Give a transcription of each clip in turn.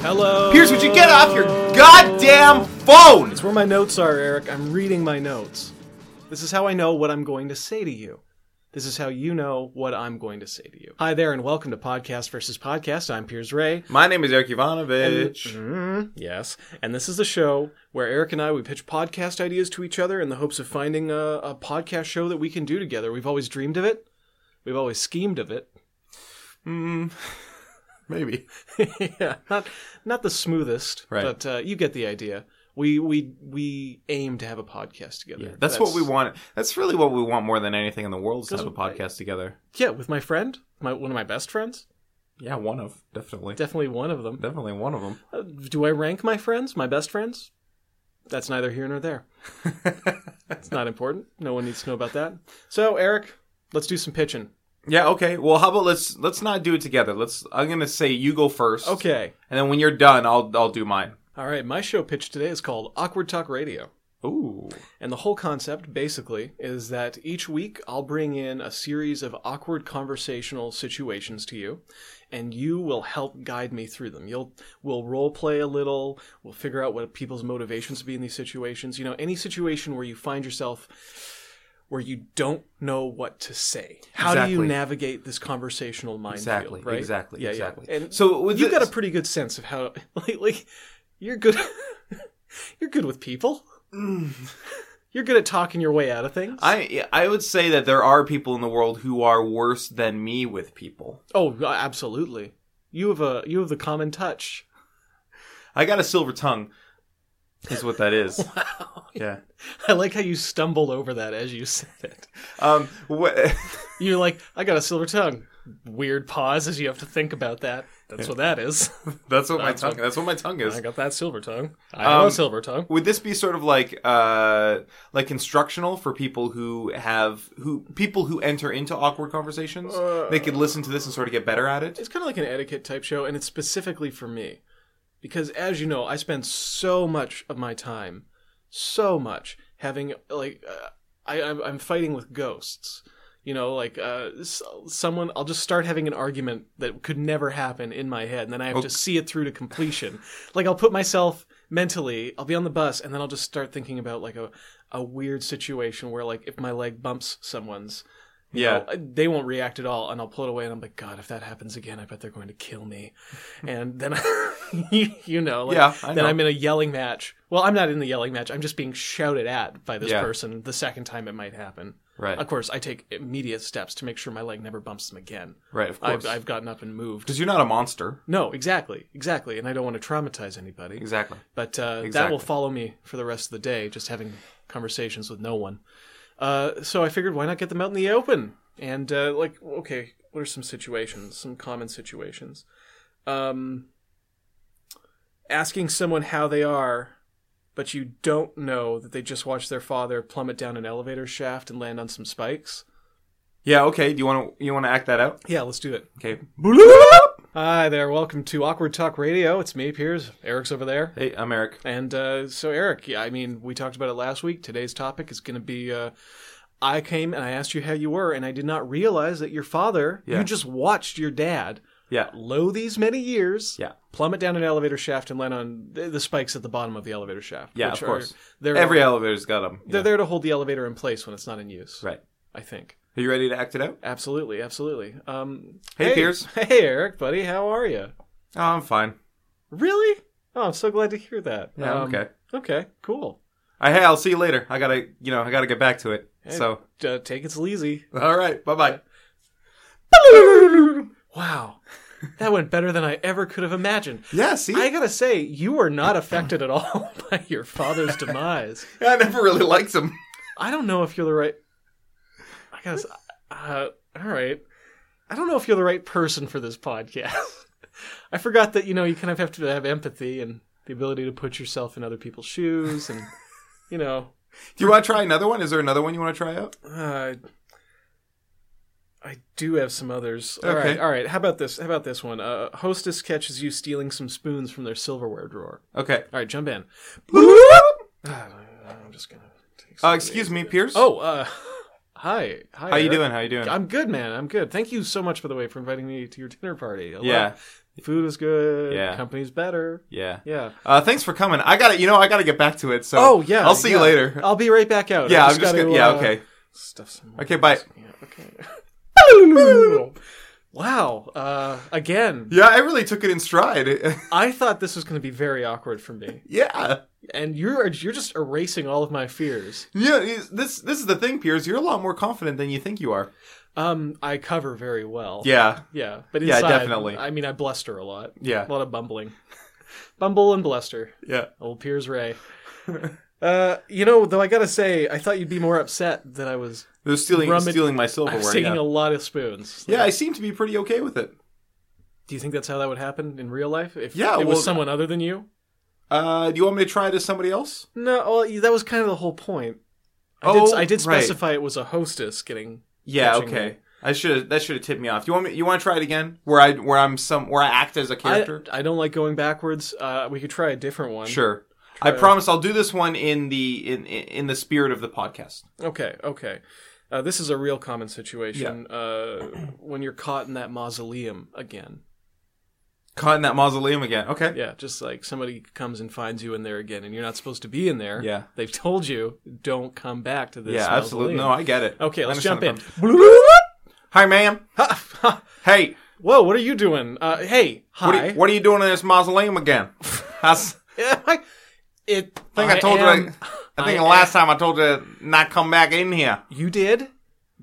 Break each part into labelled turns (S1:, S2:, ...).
S1: Hello.
S2: Pierce, would you get off your goddamn phone?
S1: It's where my notes are, Eric. I'm reading my notes. This is how I know what I'm going to say to you. This is how you know what I'm going to say to you. Hi there, and welcome to Podcast versus Podcast. I'm Piers Ray.
S2: My name is Eric Ivanovich.
S1: Mm-hmm. Yes, and this is the show where Eric and I we pitch podcast ideas to each other in the hopes of finding a, a podcast show that we can do together. We've always dreamed of it. We've always schemed of it.
S2: Maybe.
S1: yeah, not not the smoothest,
S2: Right.
S1: but uh, you get the idea. We we we aim to have a podcast together.
S2: That's, what we want. That's really what we want more than anything in the world is to have a podcast together.
S1: Yeah, with my friend, my one of my best friends.
S2: Yeah, one of. Definitely.
S1: Definitely one of them.
S2: Definitely one of them.
S1: Uh, do I rank my friends, my best friends? That's neither here nor there. it's not important. No one needs to know about that. So, Eric, let's do some pitching.
S2: Yeah, okay. Well, how about let's let's not do it together. Let's I'm going to say you go first.
S1: Okay.
S2: And then when you're done, I'll I'll do mine.
S1: All right, my show pitch today is called Awkward Talk Radio.
S2: Ooh.
S1: And the whole concept, basically, is that each week I'll bring in a series of awkward conversational situations to you, and you will help guide me through them. You'll we'll role play a little. We'll figure out what people's motivations be in these situations. You know, any situation where you find yourself where you don't know what to say. How do you
S2: Exactly.
S1: navigate this conversational minefield?
S2: Exactly.
S1: right?
S2: Exactly.
S1: Yeah, yeah.
S2: exactly.
S1: And
S2: so with
S1: you've
S2: this-
S1: got a pretty good sense of how like, like you're good you're good with people you're good at talking your way out of things
S2: Mm. I I would say that there are people in the world who are worse than me with people.
S1: oh uh, absolutely you have a you have the common touch
S2: I got a silver tongue, is what that is. Yeah.
S1: i like how you stumbled over that as you said it
S2: Um. wh-
S1: you're like i got a silver tongue weird pause as you have to think about that that's what that is
S2: that's what my
S1: That's
S2: tongue. That's what my tongue
S1: i
S2: is.
S1: got that silver tongue i have a
S2: Um,
S1: silver tongue
S2: Would this be sort of like uh like instructional for people who have who people who enter into awkward conversations?
S1: Uh,
S2: they could listen to this and sort of get better at it.
S1: it's kind of like an etiquette type show and it's specifically for me because as you know i spend so much of my time so much having like uh, I, I'm, I'm fighting with ghosts you know like uh, s- someone i'll just start having an argument that could never happen in my head and then i have to see it through to completion like i'll put myself mentally i'll be on the bus and then i'll just start thinking about like a, a weird situation where like if my leg bumps someone's you
S2: Yeah.
S1: know, uh, they won't react at all, and I'll pull it away, and I'm like, God, if that happens again, I bet they're going to kill me. And then, you, you know, like,
S2: Yeah, I
S1: then
S2: know.
S1: I'm in a yelling match. Well, I'm not in the yelling match. I'm just being shouted at by this
S2: Yeah.
S1: person the second time it might happen.
S2: Right.
S1: Of course, I take immediate steps to make sure my leg never bumps them again.
S2: Right. Of course.
S1: I've, I've gotten up and moved.
S2: Because you're not a monster.
S1: No, exactly, exactly, and I don't want to traumatize anybody.
S2: Exactly.
S1: But uh, that
S2: Exactly.
S1: will follow me for the rest of the day, just having conversations with no one. Uh, so I figured, why not get them out in the open? And uh, like, okay, what are some situations? Some common situations. Um, asking someone how they are, but you don't know that they just watched their father plummet down an elevator shaft and land on some spikes.
S2: Yeah. Okay. Do you want to you want to act that out?
S1: Yeah, let's do it.
S2: Okay.
S1: Hi there, welcome to Awkward Talk Radio. It's me, Piers. Eric's over there.
S2: Hey, I'm Eric.
S1: And uh, so, Eric, yeah, I mean, we talked about it last week. Today's topic is going to be uh, I came and I asked you how you were, and I did not realize that your father,
S2: Yeah.
S1: you just watched your dad,
S2: Yeah.
S1: low these many years,
S2: Yeah.
S1: plummet down an elevator shaft and land on th- the spikes at the bottom of the elevator shaft.
S2: Yeah,
S1: which
S2: of course.
S1: Are, they're,
S2: Every elevator's got them.
S1: they're there to hold the elevator in place when it's not in use,
S2: Right.
S1: I think.
S2: Are you ready to act it out?
S1: Absolutely, absolutely. Um,
S2: Hey, Piers.
S1: Hey, Eric, buddy, how are you?
S2: Oh, I'm fine.
S1: Really? Oh, I'm so glad to hear that.
S2: Yeah, I'm
S1: Um,
S2: okay.
S1: Okay, cool.
S2: I, hey, I'll see you later. I gotta, you know, I gotta get back to it. So,
S1: Uh, take it sleazy.
S2: all right, bye bye.
S1: Wow. That went better than I ever could have imagined.
S2: Yeah, see,
S1: I
S2: I,
S1: gotta say, you were not affected at all by your father's demise.
S2: never really liked him.
S1: I don't know if you're the right. I guess. Uh, all right. I don't know if you're the right person for this podcast. I forgot that you know you kind of have to have empathy and the ability to put yourself in other people's shoes, and you know,
S2: Do you want to try another one? Is there another one you want to try out?
S1: uh, I do have some others. All right,
S2: Okay.
S1: all right. How about this? How about this one? Uh, hostess catches you stealing some spoons from their silverware drawer.
S2: Okay.
S1: All right, jump in. Ah, I'm just gonna. Take
S2: Uh, excuse me, Pierce.
S1: Oh, uh, Hi. Hi.
S2: How you
S1: Eric.
S2: doing? How you doing?
S1: I'm good, man. I'm good. Thank you so much, by the way, for inviting me to your dinner party. I love-
S2: yeah,
S1: Food is good.
S2: Yeah.
S1: Company's better.
S2: yeah.
S1: Yeah.
S2: Uh, thanks for coming. I got to You know, I got to get back to it. So
S1: Oh, yeah.
S2: I'll see you
S1: yeah.
S2: later.
S1: I'll be right back out.
S2: yeah,
S1: I
S2: I'm just
S1: gotta,
S2: gonna, yeah.
S1: uh,
S2: Okay.
S1: Stuff some.
S2: Okay, bye.
S1: Yeah, okay. wow. Uh, again,
S2: Yeah, I really took it in stride.
S1: I thought this was going to be very awkward for me,
S2: yeah.
S1: and you're you're just erasing all of my fears.
S2: Yeah, is- this this is the thing, Piers. You're a lot more confident than you think you are.
S1: Um, I cover very well.
S2: Yeah,
S1: yeah, but
S2: Yeah,
S1: inside,
S2: definitely.
S1: I mean, I bluster a lot,
S2: yeah,
S1: a lot of bumbling, bumble and bluster.
S2: yeah.
S1: Old Piers Ray. Uh, you know, though I gotta say, I thought you'd be more upset that I was
S2: They're stealing
S1: Rummage-
S2: stealing my
S1: I was
S2: silverware.
S1: taking
S2: Yeah.
S1: a lot of spoons.
S2: yeah, I seem to be pretty okay with it.
S1: Do you think that's how that would happen in real life? If
S2: Yeah,
S1: it
S2: well-
S1: was someone other than you?
S2: Uh, do you want me to try to somebody else?
S1: No, well, you- that was kind of the whole point. I
S2: Oh,
S1: did, I did
S2: right.
S1: specify it was a hostess getting.
S2: Yeah,
S1: Catching
S2: okay.
S1: me.
S2: I should that should have tipped me off. Do you want me? You want to try it again? Where I where I'm some where I act as a
S1: I,
S2: character?
S1: I don't like going backwards. Uh, we could try a different one.
S2: sure. I
S1: Try-
S2: promise I'll do this one in the in in in the spirit of the podcast.
S1: Okay, okay. Uh, this is a real common situation uh, when you're caught in that mausoleum again.
S2: Caught in that mausoleum again. Okay.
S1: Yeah, just like somebody comes and finds you in there again, and you're not supposed to be in there.
S2: Yeah.
S1: They've told you, don't come back to this.
S2: Yeah, absolutely. No,
S1: mausoleum."
S2: I get it.
S1: okay,
S2: I
S1: let's
S2: understand
S1: jump
S2: the
S1: in.
S2: problem. Hi, ma'am.
S1: Ha, ha.
S2: Hey,
S1: Whoa, what are you doing? Uh, hey,
S2: what are,
S1: hi.
S2: you, what are you doing in this mausoleum again? I s-
S1: Am I- it.
S2: I think I, told
S1: am-
S2: you. I, I think
S1: I
S2: the last time I told you not come back in here.
S1: You did.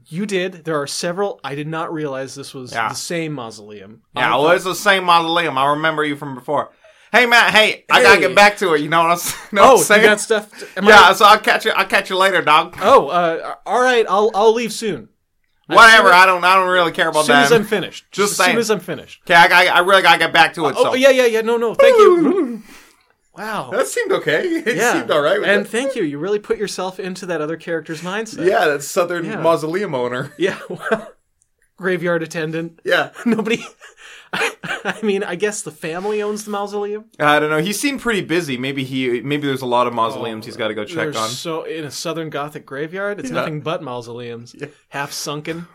S1: You did. There are several. I did not realize this was
S2: Yeah.
S1: the same mausoleum. Uh,
S2: Yeah,
S1: I
S2: well, it's the same mausoleum. I remember you from before. Hey, Matt. Hey, I gotta
S1: Hey.
S2: get back to it. You know what I'm, s- you know what I'm
S1: oh,
S2: saying?
S1: you got stuff. to- am I-
S2: yeah, so I'll catch you. I'll catch you later, dog.
S1: oh, uh, all right. I'll I'll leave soon.
S2: Whatever. I don't. I don't really care about
S1: As soon
S2: that.
S1: as I'm finished.
S2: Oh, Just
S1: as soon
S2: saying.
S1: as I'm finished.
S2: okay, I, gotta- I really gotta get back to it. so
S1: Oh yeah, yeah, yeah. No, no. Thank you. wow.
S2: that seemed okay. It
S1: yeah.
S2: seemed all right. With
S1: and
S2: it.
S1: thank you. You really put yourself into that other character's mindset.
S2: yeah, that southern
S1: Yeah.
S2: mausoleum owner.
S1: Yeah. Well, graveyard attendant.
S2: Yeah,
S1: Nobody. I mean, I guess the family owns the mausoleum.
S2: I don't know. He seemed pretty busy. Maybe he. Maybe there's a lot of
S1: Oh,
S2: mausoleums he's got to go check
S1: They're
S2: on.
S1: So in a southern Gothic graveyard, it's nothing but mausoleums, half sunken.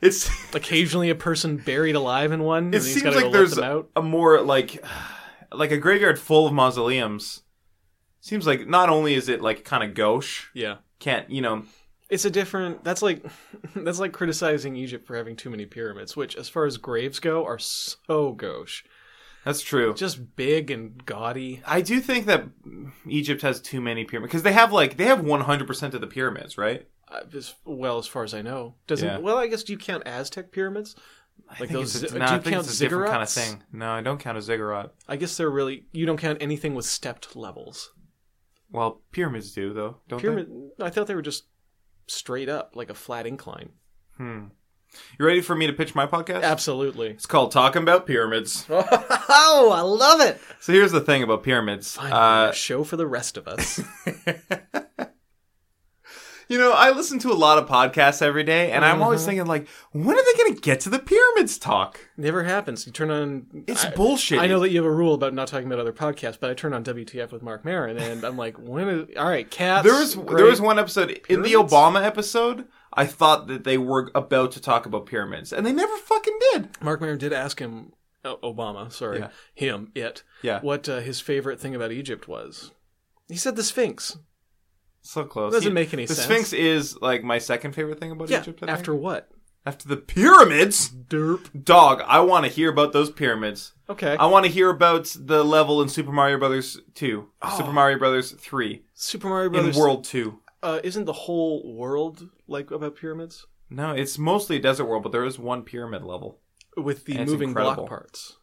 S2: It's.
S1: Occasionally, a person buried alive in one. and
S2: It
S1: he's
S2: seems
S1: gotta go
S2: like
S1: let
S2: there's
S1: them out.
S2: a more like, like a graveyard full of mausoleums. Seems like not only is it like kind of gauche,
S1: Yeah,
S2: can't you know?
S1: it's a different. That's like that's like criticizing Egypt for having too many pyramids, which, as far as graves go, are so gauche,
S2: That's true.
S1: just big and gaudy.
S2: I do think that Egypt has too many pyramids because they have like they have one hundred percent of the pyramids, right?
S1: uh, As well, as far as I know, doesn't.
S2: Yeah.
S1: Well, I guess do you count Aztec pyramids?
S2: I
S1: Like
S2: think
S1: those
S2: it's a,
S1: zi-
S2: no,
S1: do
S2: I
S1: you
S2: think
S1: count
S2: it's a different kind of
S1: ziggurats?
S2: thing. No, I don't count a ziggurat.
S1: I guess they're really you don't count anything with stepped levels.
S2: Well, pyramids do though, don't
S1: Pyramid. I thought they were just straight up, like a flat incline.
S2: they? Hmm. You ready for me to pitch my podcast?
S1: Absolutely.
S2: It's called Talking About Pyramids.
S1: Oh, I love it.
S2: So here's the thing about pyramids.
S1: a
S2: Uh,
S1: show for the rest of us.
S2: you know, I listen to a lot of podcasts every day, and I'm
S1: Uh-huh.
S2: always thinking like, when are they going to get to the pyramids talk?
S1: Never happens. You turn on.
S2: It's
S1: I,
S2: bullshit.
S1: I know that you have a rule about not talking about other podcasts, but I turn on WTF with Mark Maron, and I'm like, when is all right? Cats.
S2: There was
S1: great.
S2: there was one episode in the
S1: Pyramids?
S2: Obama episode. I thought that they were about to talk about pyramids, and they never fucking did.
S1: Mark Maron did ask him, oh, Obama, sorry,
S2: Yeah.
S1: him, it,
S2: Yeah,
S1: what uh, his favorite thing about Egypt was. He said the Sphinx.
S2: so close.
S1: Doesn't
S2: He-
S1: make any
S2: the
S1: sense.
S2: Sphinx is like my second favorite thing about
S1: Yeah.
S2: Egypt. I think.
S1: after what?
S2: after the pyramids,
S1: Derp.
S2: dog. I want to hear about those pyramids.
S1: Okay.
S2: I want to hear about the level in Super Mario Brothers Two, Super Mario Brothers Three,
S1: Oh. Super Mario
S2: in
S1: Brothers.
S2: World Two.
S1: uh, isn't the whole world like about pyramids
S2: No, it's mostly a desert world, but there is one pyramid level
S1: with the
S2: And it's
S1: moving
S2: incredible.
S1: block parts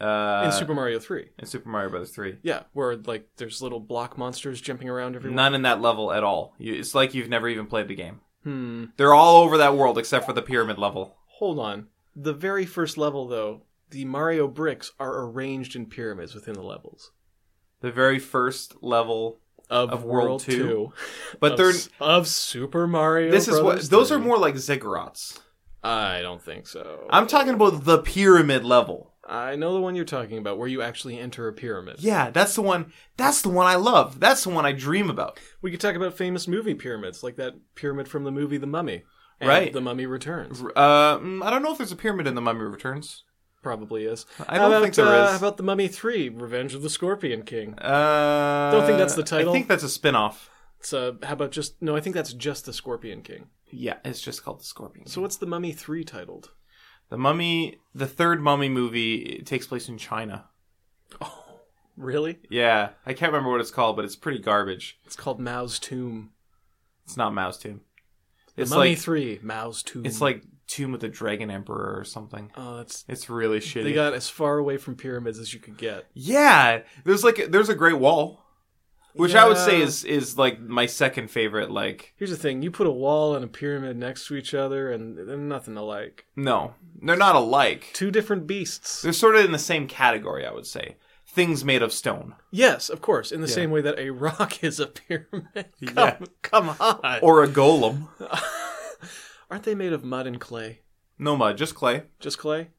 S2: uh,
S1: in Super Mario Three?
S2: in Super Mario Brothers Three.
S1: Yeah, where like there's little block monsters jumping around everywhere.
S2: None in that level at all. You, it's like you've never even played the game.
S1: Hmm.
S2: They're all over that world except for the pyramid level.
S1: Hold on. The very first level, though, the Mario bricks are arranged in pyramids within the levels
S2: The very first level,
S1: of,
S2: Of World
S1: World,
S2: Two.
S1: Two.
S2: but
S1: of,
S2: they're
S1: s- of Super Mario.
S2: this is what
S1: Brothers
S2: those are
S1: 3.
S2: more like ziggurats.
S1: I don't think so.
S2: I'm talking about the pyramid level.
S1: I know the one you're talking about, where you actually enter a pyramid.
S2: Yeah, that's the one. That's the one I love. That's the one I dream about.
S1: We could talk about famous movie pyramids, like that pyramid from the movie The Mummy. and
S2: Right.
S1: The Mummy Returns
S2: Uh, mm, I don't know if there's a pyramid in the Mummy Returns.
S1: probably is.
S2: I don't think there
S1: uh,
S2: is.
S1: How about The Mummy Three: Revenge of the Scorpion King?
S2: Uh,
S1: Don't think that's the title.
S2: I think that's a spin-off.
S1: So how about just no? I think that's just the Scorpion King.
S2: Yeah, it's just called the Scorpion.
S1: So what's The Mummy Three titled?
S2: the Mummy, the third Mummy movie, it takes place in China.
S1: Oh, really?
S2: Yeah, I can't remember what it's called, but it's pretty garbage.
S1: It's called Mao's Tomb.
S2: It's not Mao's tomb.
S1: The
S2: It's
S1: Mummy
S2: like
S1: Three, Mao's Tomb.
S2: it's like tomb of the dragon emperor or something.
S1: oh, that's
S2: It's really shitty.
S1: they got as far away from pyramids as you could get.
S2: Yeah, there's like there's a Great Wall, which I would say
S1: Yeah.
S2: is is like my second favorite. Like
S1: Here's the thing: you put a wall and a pyramid next to each other, and they're nothing alike.
S2: no, they're not alike.
S1: Two different beasts.
S2: They're sort of in the same category. I would say things made of stone,
S1: Yes, of course. In the same way that a rock is a pyramid. Come,
S2: Yeah.
S1: come on.
S2: or a golem.
S1: Aren't they made of mud and clay?
S2: No mud, just clay.
S1: Just clay.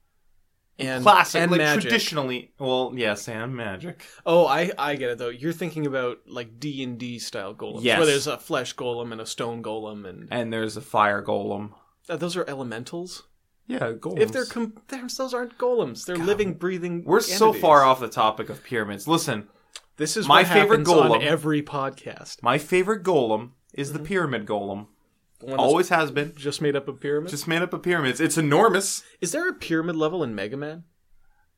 S1: And
S2: Classic,
S1: and
S2: like
S1: magic.
S2: traditionally. Well, yes, and magic.
S1: Oh, I I get it though. You're thinking about like D and D style golems,
S2: Yes.
S1: where there's a flesh golem and a stone golem, and
S2: And there's a fire golem.
S1: Uh, those are elementals.
S2: Yeah, golems.
S1: If they're, com- they're those aren't golems. They're living, breathing.
S2: we're so far
S1: entities.
S2: off the topic of pyramids. Listen,
S1: This is
S2: My
S1: what
S2: favorite
S1: happens on
S2: golem-
S1: every podcast.
S2: my favorite golem is
S1: Mm-hmm.
S2: the pyramid golem.
S1: The one that's
S2: Always has been.
S1: just made up of pyramids.
S2: Just made up of pyramids. It's enormous.
S1: Is there a pyramid level in Mega Man?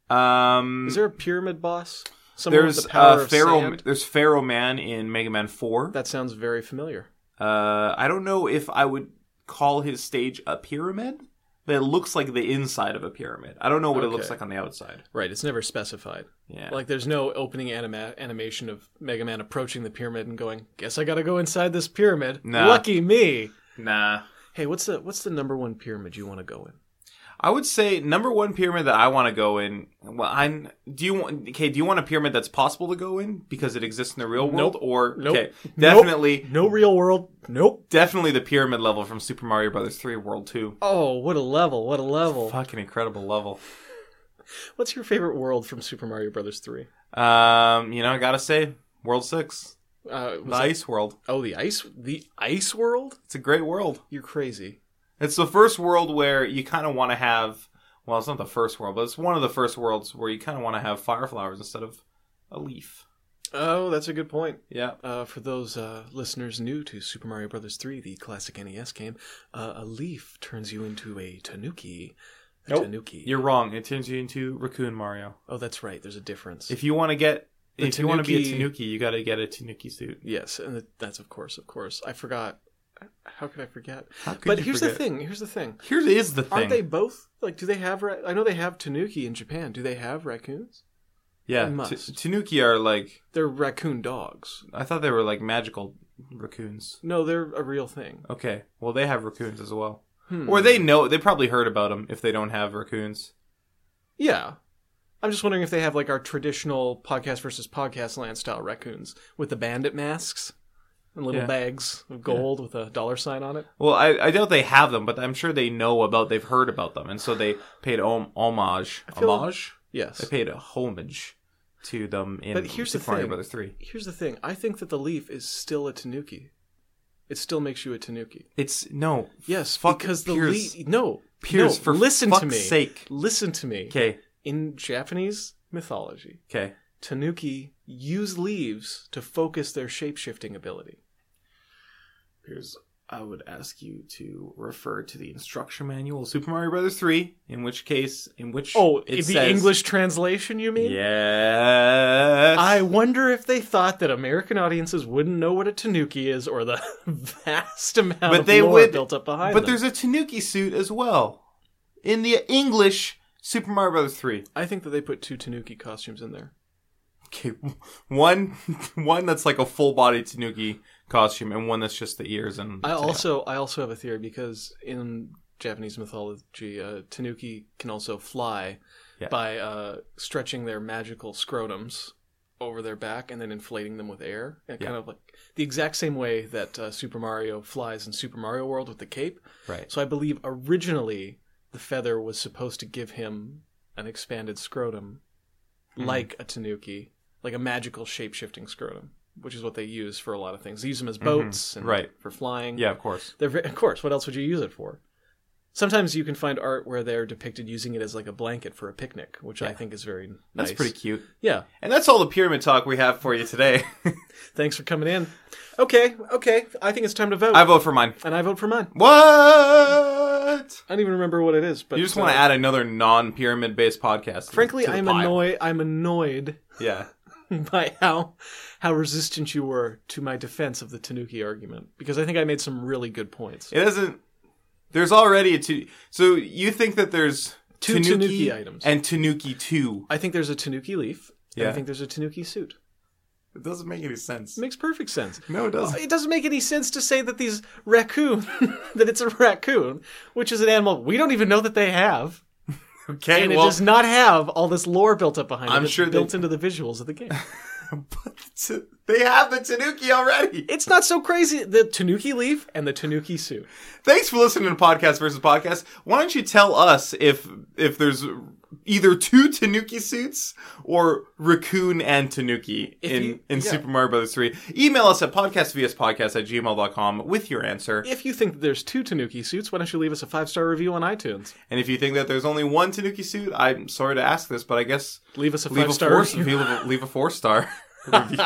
S2: Um,
S1: Is there a pyramid boss? Someone
S2: there's
S1: with the power
S2: uh,
S1: of
S2: Pharaoh.
S1: sand?
S2: There's Pharaoh Man in Mega Man Four.
S1: That sounds very familiar.
S2: Uh, I don't know if I would call his stage a pyramid, but it looks like the inside of a pyramid. I don't know what it looks
S1: Okay.
S2: like on the outside.
S1: Right, it's never specified.
S2: Yeah,
S1: Like, there's no opening anima- animation of Mega Man approaching the pyramid and going, "Guess I gotta go inside this pyramid."
S2: Nah.
S1: Lucky me.
S2: nah.
S1: Hey, what's the what's the number one pyramid you want to go in?
S2: I would say number one pyramid that I want to go in. Well, I'm. Do you want? Okay. Do you want a pyramid that's possible to go in because it exists in the real world,
S1: Nope.
S2: or
S1: Nope.
S2: okay,
S1: Nope.
S2: definitely,
S1: No real world. Nope.
S2: definitely the pyramid level from Super Mario Brothers Three World Two.
S1: Oh, what a level! What a level!
S2: Fucking incredible level.
S1: What's your favorite world from Super Mario Brothers Three?
S2: Um, you know, I gotta say, World Six,
S1: Uh, was
S2: the Ice World.
S1: it- oh, the ice, the ice world.
S2: It's a great world.
S1: You're crazy.
S2: It's the first world where you kind of want to have. Well, it's not the first world, but it's one of the first worlds where you kind of want to have fire flowers instead of a leaf.
S1: Oh, that's a good point.
S2: Yeah.
S1: Uh, for those uh, listeners new to Super Mario Brothers 3, the classic NES game, uh, a leaf turns you into a tanuki. A
S2: Nope.
S1: tanuki.
S2: You're wrong. It turns you into Raccoon Mario.
S1: Oh, that's right. There's a difference.
S2: If you want to get,
S1: The
S2: if you want to be a
S1: tanuki-
S2: tanuki, you got to get a tanuki suit.
S1: yes, and th- that's of course, of course. I forgot. How could I forget?
S2: How could
S1: but
S2: you
S1: here's
S2: forget?
S1: the thing. Here's the thing.
S2: Here is the thing.
S1: Aren't they both like? Do they have? Ra- I know they have tanuki in Japan. Do they have raccoons?
S2: yeah,
S1: They
S2: ta-
S1: must.
S2: tanuki are like.
S1: They're raccoon dogs.
S2: I thought they were like magical raccoons.
S1: No, they're a real thing.
S2: Okay, well they have raccoons as well,
S1: Hmm.
S2: or they know they probably heard about them if they don't have raccoons.
S1: Yeah. I'm just wondering if they have like our traditional podcast versus podcast land style raccoons with the bandit masks and little
S2: Yeah.
S1: bags of gold with a dollar sign on it.
S2: Well, I, I doubt they have them, but I'm sure they know about. They've heard about them, and so they paid hom- homage,
S1: feel-
S2: homage. They
S1: Yes.
S2: paid a homage to them in
S1: But here's the
S2: Super Mario
S1: thing.
S2: Brothers Three.
S1: Here's the thing I think that the leaf is still a tanuki. It still makes you a tanuki.
S2: It's no
S1: Yes,
S2: Fuck
S1: because the
S2: Pierce.
S1: leaf. No.
S2: Pierce,
S1: no,
S2: for
S1: listen to
S2: fuck's
S1: me.
S2: sake.
S1: Listen to me.
S2: okay,
S1: In Japanese mythology,
S2: okay.
S1: tanuki use leaves to focus their shapeshifting ability.
S2: Here's I would ask you to refer to the instruction manual of Super Mario Brothers 3, in which case in which
S1: Oh,
S2: it
S1: the
S2: says-
S1: English translation, you mean?
S2: Yes.
S1: I wonder if they thought that American audiences wouldn't know what a tanuki is or the vast amount
S2: But
S1: of
S2: they
S1: lore
S2: would-
S1: built up behind
S2: But
S1: them.
S2: there's a Tanuki suit as well. In the English Super Mario Brothers 3.
S1: I think that they put two tanuki costumes in there.
S2: Okay. One one that's like a full body Tanuki costume and one that's just the ears and
S1: I also I also have a theory because in Japanese mythology, uh, tanuki can also fly
S2: Yeah.
S1: by uh, stretching their magical scrotums over their back and then inflating them with air, and
S2: Yeah.
S1: kind of like the exact same way that uh, Super Mario flies in Super Mario World with the cape.
S2: Right.
S1: So I believe originally the feather was supposed to give him an expanded scrotum,
S2: Mm-hmm.
S1: like a tanuki, like a magical shape shifting scrotum, which is what they use for a lot of things. They use them as boats and
S2: Mm-hmm. Right.
S1: for flying.
S2: Yeah, of course.
S1: They're ve- of course. What else would you use it for? Sometimes you can find art where they're depicted using it as like a blanket for a picnic, which I think is very nice.
S2: That's pretty cute.
S1: Yeah.
S2: And that's all the pyramid talk we have for you today.
S1: Thanks for coming in. Okay. Okay. I think it's time to vote,
S2: I vote for mine.
S1: and I vote for mine.
S2: What?
S1: I don't even remember what it is, but
S2: You just want to add another non-pyramid based podcast.
S1: Frankly,
S2: to the
S1: I'm
S2: pile.
S1: annoyed. I'm annoyed
S2: Yeah.
S1: by how how resistant you were to my defense of the Tanuki argument because I think I made some really good points.
S2: It doesn't. There's already a two. So you think that there's
S1: Two Tanuki items.
S2: and Tanuki two?
S1: I think there's a Tanuki leaf. And I
S2: Yeah.
S1: think there's a Tanuki suit.
S2: It doesn't make any sense.
S1: It makes perfect sense.
S2: No, it doesn't.
S1: It doesn't make any sense to say that these raccoon that it's a raccoon, which is an animal we don't even know that they have,
S2: Okay,
S1: Oh, and
S2: well,
S1: it does not have all this lore built up behind it.
S2: I'm
S1: that's
S2: sure they-
S1: built into the visuals of the game.
S2: but the ta- they have the Tanuki already.
S1: it's not so crazy. The Tanuki leaf and the Tanuki suit.
S2: Thanks for listening to Podcast versus Podcast. Why don't you tell us if if there's either two Tanuki suits or Raccoon and Tanuki in,
S1: you-
S2: in
S1: yeah.
S2: Super Mario Brothers 3. Email us at podcastvspodcast at gmail.com with your answer.
S1: If you think that there's two Tanuki suits, why don't you leave us a five star review on iTunes?
S2: And if you think that there's only one Tanuki suit, I'm sorry to ask this, but I guess
S1: Leave us a
S2: leave
S1: five
S2: a,
S1: star
S2: four,
S1: review.
S2: leave, a, leave a four star review.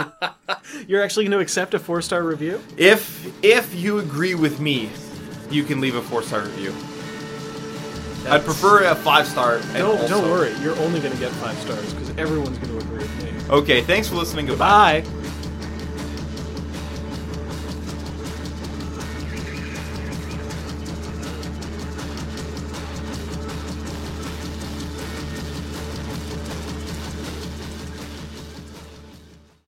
S1: You're actually going to accept a four star review?
S2: If if you agree with me, you can leave a four star review. I'd
S1: That's-
S2: prefer a five star.
S1: No, don't worry. You're only going to get five stars because everyone's going to agree with me.
S2: Okay, thanks for listening. Goodbye.
S1: Bye.